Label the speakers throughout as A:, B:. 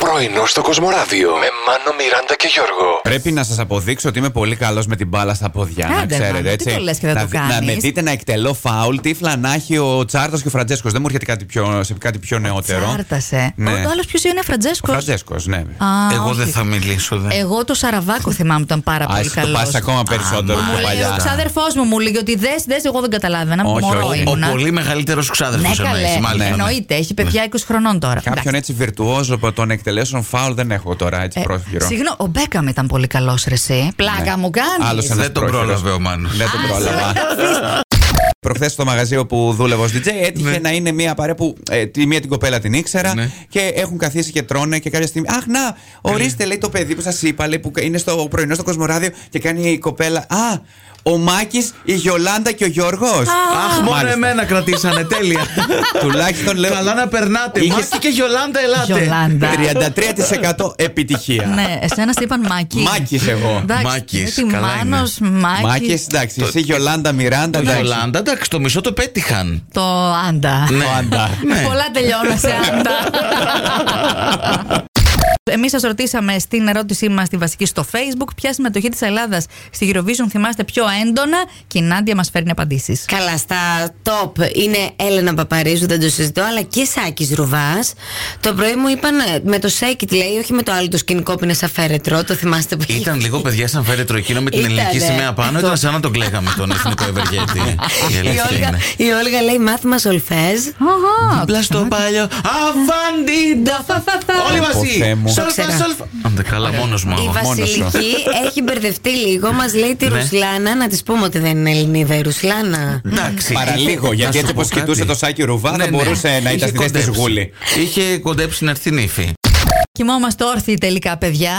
A: Πρωινό στο Κοσμοράδιο με Μάνο, Μιράντα και Γιώργο.
B: Πρέπει να σας αποδείξω ότι είμαι πολύ καλός με την μπάλα στα πόδια. να
C: Άντε,
B: ξέρετε
C: Μάνο, τι
B: έτσι.
C: το λες και δεν
B: να,
C: το
B: δι-
C: κάνεις.
B: να με δείτε να εκτελώ φάουλ, τύφλα να έχει ο Τσάρτα και ο Φραντζέσκος. Δεν μου έρχεται κάτι πιο, σε κάτι πιο νεότερο.
C: Τσάρτασε.
B: Ναι.
C: Ο άλλος ποιος είναι,
B: Ο
C: Φραντζέσκος.
B: Φραντζέσκος, ναι.
C: ε, Α,
D: Εγώ
C: όχι.
D: δεν θα μιλήσω. Δεν.
C: Εγώ το Σαραβάκο θυμάμαι ήταν πάρα
B: Ας,
C: πολύ
B: εσύ το
C: καλός.
B: πας ακόμα περισσότερο
D: Α,
B: από
D: μα,
C: Μου λέει ο
B: παλιά.
C: ξάδερφός μου, μου λέει ότι δες, δες, εγώ δεν καταλάβαινα.
B: Όχι,
C: Μωρό
B: όχι.
D: Ο
C: ήμουνα.
D: πολύ μεγαλύτερος ξάδερφος
C: Ναι, καλέ.
D: μάλιστα. ναι.
C: Εννοείται, έχει παιδιά 20 χρονών τώρα.
B: Κάποιον
C: Εντάξει.
B: έτσι βιρτουόζο από τον εκτελέσεων φάουλ δεν έχω τώρα έτσι
C: Ε,
B: πρόχειρο.
C: Συγγνώμη, ο Μπέκαμ ήταν πολύ καλός, ρε εσύ. Πλάκα μου κάνει.
B: Ναι. Άλλος ένας
D: Δεν τον
B: πρόχειρος.
D: πρόλαβε ο Μάνος.
B: Δεν τον
C: Άσε με
B: πρόλαβα.
C: να
B: Προχθές στο μαγαζί όπου δούλευα ω DJ έτυχε
D: Ναι.
B: να είναι μια παρέα που ε, τη μία την κοπέλα την ήξερα
D: Ναι.
B: και έχουν καθίσει και τρώνε και κάποια στιγμή. Αχ, να,
D: Ναι.
B: ορίστε λέει το παιδί που σας είπα λέει, που είναι στο πρωινό στο Κοσμοράδιο και κάνει η κοπέλα. Α, ο Μάκης, η Γιολάντα και ο Γιώργος.
D: Αχ, μόνο εμένα κρατήσανε. Τέλεια.
B: Τουλάχιστον λέω.
D: Καλά να περνάτε.
B: Είχες-
D: Μάκη και Γιολάντα, ελάτε.
C: Γιολάντα.
B: 33% επιτυχία.
C: Ναι, εσένα σε είπαν Μάκη.
B: Μάκης εγώ.
D: Μάκης,
C: Μάκη.
D: καλά είναι.
C: Μάνο,
B: Μάκης,
C: Μάκης.
B: εντάξει, εσύ Γιολάντα, Μιράντα,
D: Η
B: εντάξει.
D: Ναι. Γιολάντα, εντάξει, το μισό το πέτυχαν.
C: Το Άντα.
D: Ναι.
B: Ο Άντα.
D: Ναι.
C: Πολλά τελειώνω σε άντα. Εμείς σας ρωτήσαμε στην ερώτησή μας τη βασική στο Facebook ποια συμμετοχή της Ελλάδας στη Eurovision θυμάστε πιο έντονα και η Νάντια μας φέρνει απαντήσεις.
E: Καλά, στα top είναι Έλενα Παπαρίζου, δεν το συζητώ, αλλά και Σάκης Ρουβάς. Το πρωί μου είπαν ε, με το Σέκι, τη λέει, όχι με το άλλο το σκηνικό που είναι σαν φέρετρο. Το θυμάστε που είχε
D: Ήταν λίγο παιδιά σαν φέρετρο εκείνο με την
E: Ήτανε.
D: ελληνική σημαία πάνω. Ήταν σαν να τον κλέγαμε τον εθνικό ευεργέτη. Η
E: Η
D: αλήθεια
E: Όλγα,
D: είναι.
E: η Όλγα λέει μάθημα σολφέζ.
C: Αχα,
D: Απλά στο παλιό. Αβάντιντα. Όλοι
B: Ποτέ μου.
D: μαζί. Σολφα,
E: Ξέρα.
D: σολφα. Αν δεν καλά, μόνο
E: Η
D: μου.
B: μόνος σου.
E: Βασιλική έχει μπερδευτεί λίγο. Μας λέει τη
D: Ναι.
E: Ρουσλάνα, να της πούμε ότι δεν είναι Ελληνίδα η Ρουσλάνα.
D: Εντάξει.
B: Παραλίγο,
D: Να
B: γιατί
D: σου
B: έτσι
D: πω
B: όπω
D: κάτι.
B: κοιτούσε το Σάκη Ρουβά
D: Ναι,
B: θα
D: ναι.
B: μπορούσε να
D: Είχε
B: ήταν στη θέση της
D: κοντέψει.
B: Γούλη.
D: Είχε κοντέψει να έρθει η νύφη.
C: Κοιμόμαστε όρθιοι τελικά, παιδιά.
D: Α,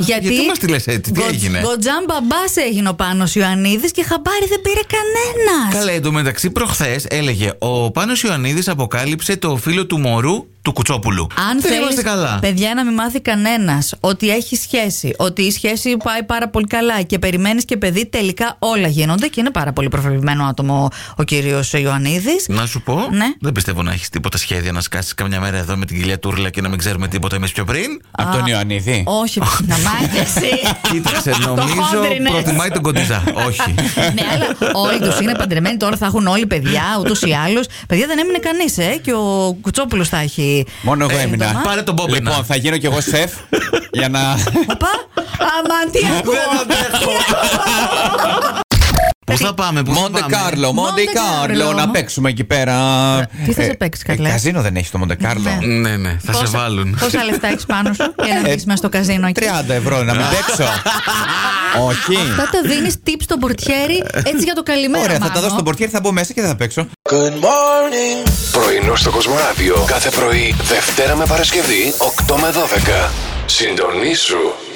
D: γιατί μας τη λες έτσι, τι έγινε?
C: Γκοτζάν μπαμπάς έγινε ο Πάνος Ιωαννίδης και χαμπάρι δεν πήρε κανένας.
D: Καλά, εντωμεταξύ προχθές έλεγε ο Πάνος Ιωαννίδης αποκάλυψε το φίλο του μωρού του Κουτσόπουλου.
C: Αν
D: δεν
C: θέλεις,
D: είμαστε καλά.
C: παιδιά, να μην μάθει κανένας ότι έχει σχέση, ότι η σχέση πάει πάρα πολύ καλά και περιμένεις και παιδί, τελικά όλα γίνονται και είναι πάρα πολύ προφελημένο άτομο ο, ο κύριος Ιωαννίδης.
D: Να σου πω,
C: Ναι.
D: δεν πιστεύω να έχεις τίποτα σχέδια να σκάσεις καμιά μέρα εδώ με την κοιλιά Τούρλα και να μην ξέρουμε τίποτα εμείς πιο πριν.
B: Από τον Ιωαννίδη.
C: Όχι, να μάθεις.
D: Κοίταξε, νομίζω
C: χόντρινες.
D: προτιμάει τον κοντιζά. Όχι.
C: ναι, αλλά όλοι τους είναι παντρεμένοι, τώρα θα έχουν όλοι παιδιά, ούτως ή άλλως. Παιδιά δεν έμεινε κανείς, ε, και ο Κουτσόπουλος θα έχει.
B: Μόνο εγώ
D: Ε,
B: έμεινα.
D: πάρε τον Μπόμπινα.
B: Λοιπόν, θα γίνω κι εγώ σεφ για να.
C: Οπα, αμάν, τι ακούω.
D: Πού θα πάμε, πού θα
B: Μοντε
D: πάμε.
B: Κάρλο, Μοντε
C: Μοντε
B: Κάρλο,
C: Κάρλο.
B: να παίξουμε εκεί πέρα.
C: Τι θα
B: Ε,
C: σε παίξει,
B: ε,
C: καλέ?
B: Καζίνο δεν έχει το Μοντε Κάρλο.
C: Ναι.
D: Ναι, ναι, θα σε
C: Πόσα-
D: βάλουν.
C: Πόσα λεφτά έχεις πάνω σου για
B: Ε,
C: να μπει μέσα στο καζίνο εκεί.
B: 30 ευρώ να μην παίξω. Όχι.
C: Αυτά τα δίνεις tips στον πορτιέρι έτσι για το καλημέρα.
B: Ωραία, θα τα
C: Μάνο.
B: δώσω στον πορτιέρι, θα μπω μέσα και δεν θα παίξω.
A: Πρωινό στο Κοσμοράδιο κάθε πρωί, Δευτέρα με Παρασκευή, 8 με 12. Συντονίσου